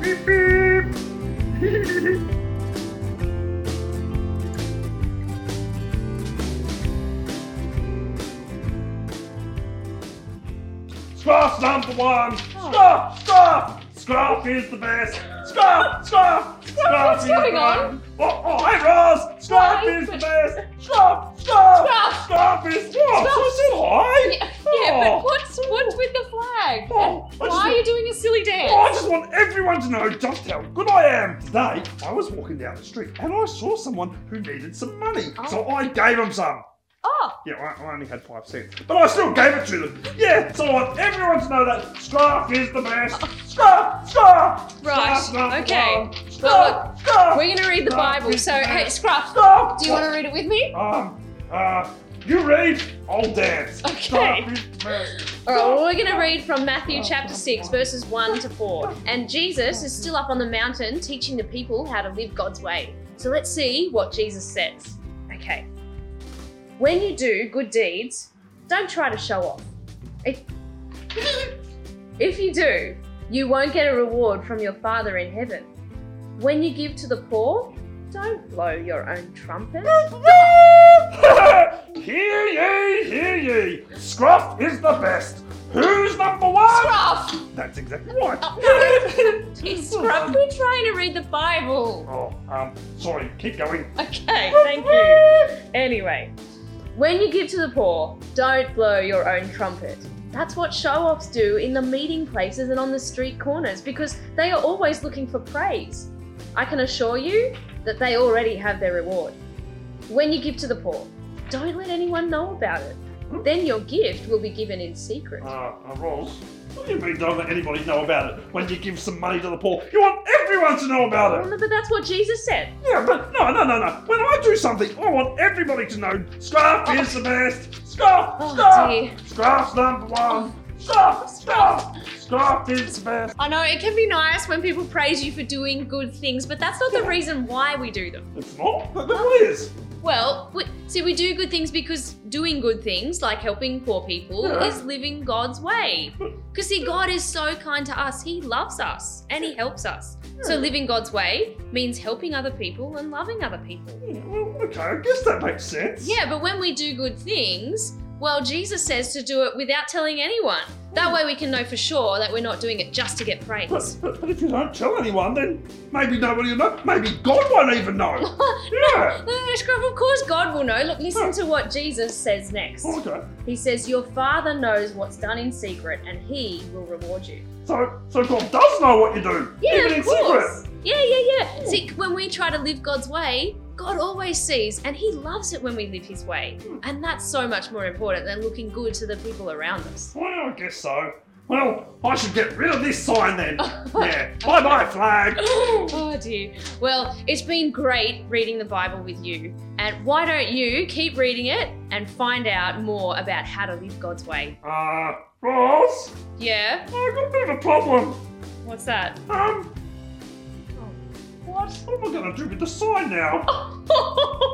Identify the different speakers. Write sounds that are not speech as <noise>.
Speaker 1: Beep beep. Scruff's number one. Scruff, Scruff. Scruff is the best. Scruff, Scruff. Scruff
Speaker 2: what's
Speaker 1: is the
Speaker 2: going
Speaker 1: best.
Speaker 2: on?
Speaker 1: Oh, oh, hey, Roz. Scruff
Speaker 2: Hi.
Speaker 1: is the best. Scruff, Scruff.
Speaker 2: Scruff.
Speaker 1: Scruff is. What?
Speaker 2: Scruff.
Speaker 1: I said hi.
Speaker 2: Yeah,
Speaker 1: Oh.
Speaker 2: but what's what's with the flag?
Speaker 1: Oh, I
Speaker 2: and
Speaker 1: just-
Speaker 2: why are you doing a silly dance?
Speaker 1: Oh, I just want everyone to know just how good I am. Today, I was walking down the street and I saw someone who needed some money, so I gave them some.
Speaker 2: Oh,
Speaker 1: Yeah, I, I only had five cents, but I still gave it to them. Yeah, so I want everyone to know that Scarf is the best. Scarf, Scarf.
Speaker 2: Right,
Speaker 1: Scarf's number
Speaker 2: okay.
Speaker 1: one.
Speaker 2: Well,
Speaker 1: Scarf, Scarf.
Speaker 2: we're gonna read the
Speaker 1: Scruff
Speaker 2: Bible.
Speaker 1: is
Speaker 2: So
Speaker 1: the best.
Speaker 2: hey, Scruff,
Speaker 1: Scarf.
Speaker 2: do you want to read it with me?
Speaker 1: Um, uh, you read, I'll dance.
Speaker 2: Okay.
Speaker 1: Scarf is the best.
Speaker 2: All right, well, we're going to read from Matthew chapter 6, verses 1 to 4. And Jesus is still up on the mountain teaching the people how to live God's way. So let's see what Jesus says. Okay. When you do good deeds, don't try to show off. If, <laughs> if you do, you won't get a reward from your Father in heaven. When you give to the poor, don't blow your own trumpet. <laughs>
Speaker 1: hear ye, hear ye. Scruff is the best. Who's number one?
Speaker 2: Scruff!
Speaker 1: That's exactly right.
Speaker 2: <laughs> It's Scruff, we're trying to read the Bible.
Speaker 1: oh, um, sorry, keep going.
Speaker 2: <laughs> Okay, thank you. Anyway, when you give to the poor, don't blow your own trumpet. That's what show offs do in the meeting places and on the street corners because they are always looking for praise. I can assure you that they already have their reward. When you give to the poor, don't let anyone know about it. Then your gift will be given in secret.
Speaker 1: Uh, uh, Rolls, what do you mean don't let anybody know about it when you give some money to the poor? You want everyone to know about it!
Speaker 2: Remember, that's what Jesus said.
Speaker 1: Yeah, but no, no, no, no. When I do something, I want everybody to know Scarf is the best! Scarf!
Speaker 2: Oh,
Speaker 1: Scarf!
Speaker 2: dear. Oh.
Speaker 1: Scarf's number one! Scarf! Scarf! Scarf is the best!
Speaker 2: I know it can be nice when people praise you for doing good things, but that's not the reason why we do them.
Speaker 1: It's not? But then what is?
Speaker 2: Well, we, see, we do good things because doing good things, like helping poor people,
Speaker 1: Yeah.
Speaker 2: is living
Speaker 1: <laughs>
Speaker 2: God's way. Because, see, God is so kind to us. He loves us and He helps us. So,
Speaker 1: Hmm.
Speaker 2: living God's way means helping other people and loving other people.
Speaker 1: Yeah, well, Mm, okay, I guess that makes sense.
Speaker 2: Yeah, but when we do good things, well, Jesus says to do it without telling anyone. That way we can know for sure that we're not doing it just to get
Speaker 1: But,
Speaker 2: praise.
Speaker 1: but, but if you don't tell anyone, then maybe nobody will know. Maybe God won't even
Speaker 2: <laughs>
Speaker 1: know.
Speaker 2: No,
Speaker 1: <laughs> Yeah.
Speaker 2: no, Scruff, <laughs> of course God will know. Look, listen to what Jesus says next.
Speaker 1: Oh, Okay.
Speaker 2: He says, Your father knows what's done in secret and he will reward you.
Speaker 1: So, so God does know what you do, even in secret.
Speaker 2: Yeah, yeah, yeah. See, when we try to live God's way, God always sees and he loves it when we live his way.
Speaker 1: Hmm.
Speaker 2: And that's so much more important than looking good to the people around us.
Speaker 1: Well, I guess so. Well, I should get rid of this sign then. yeah. Bye bye, flag.
Speaker 2: <laughs> oh dear. Well, it's been great reading the Bible with you. And why don't you keep reading it and find out more about how to live God's way?
Speaker 1: Uh, Ross,
Speaker 2: Yeah?
Speaker 1: I got a bit of a problem. oh,
Speaker 2: What's <laughs> that? <laughs>
Speaker 1: Um, what? What am I gonna do with the sign now?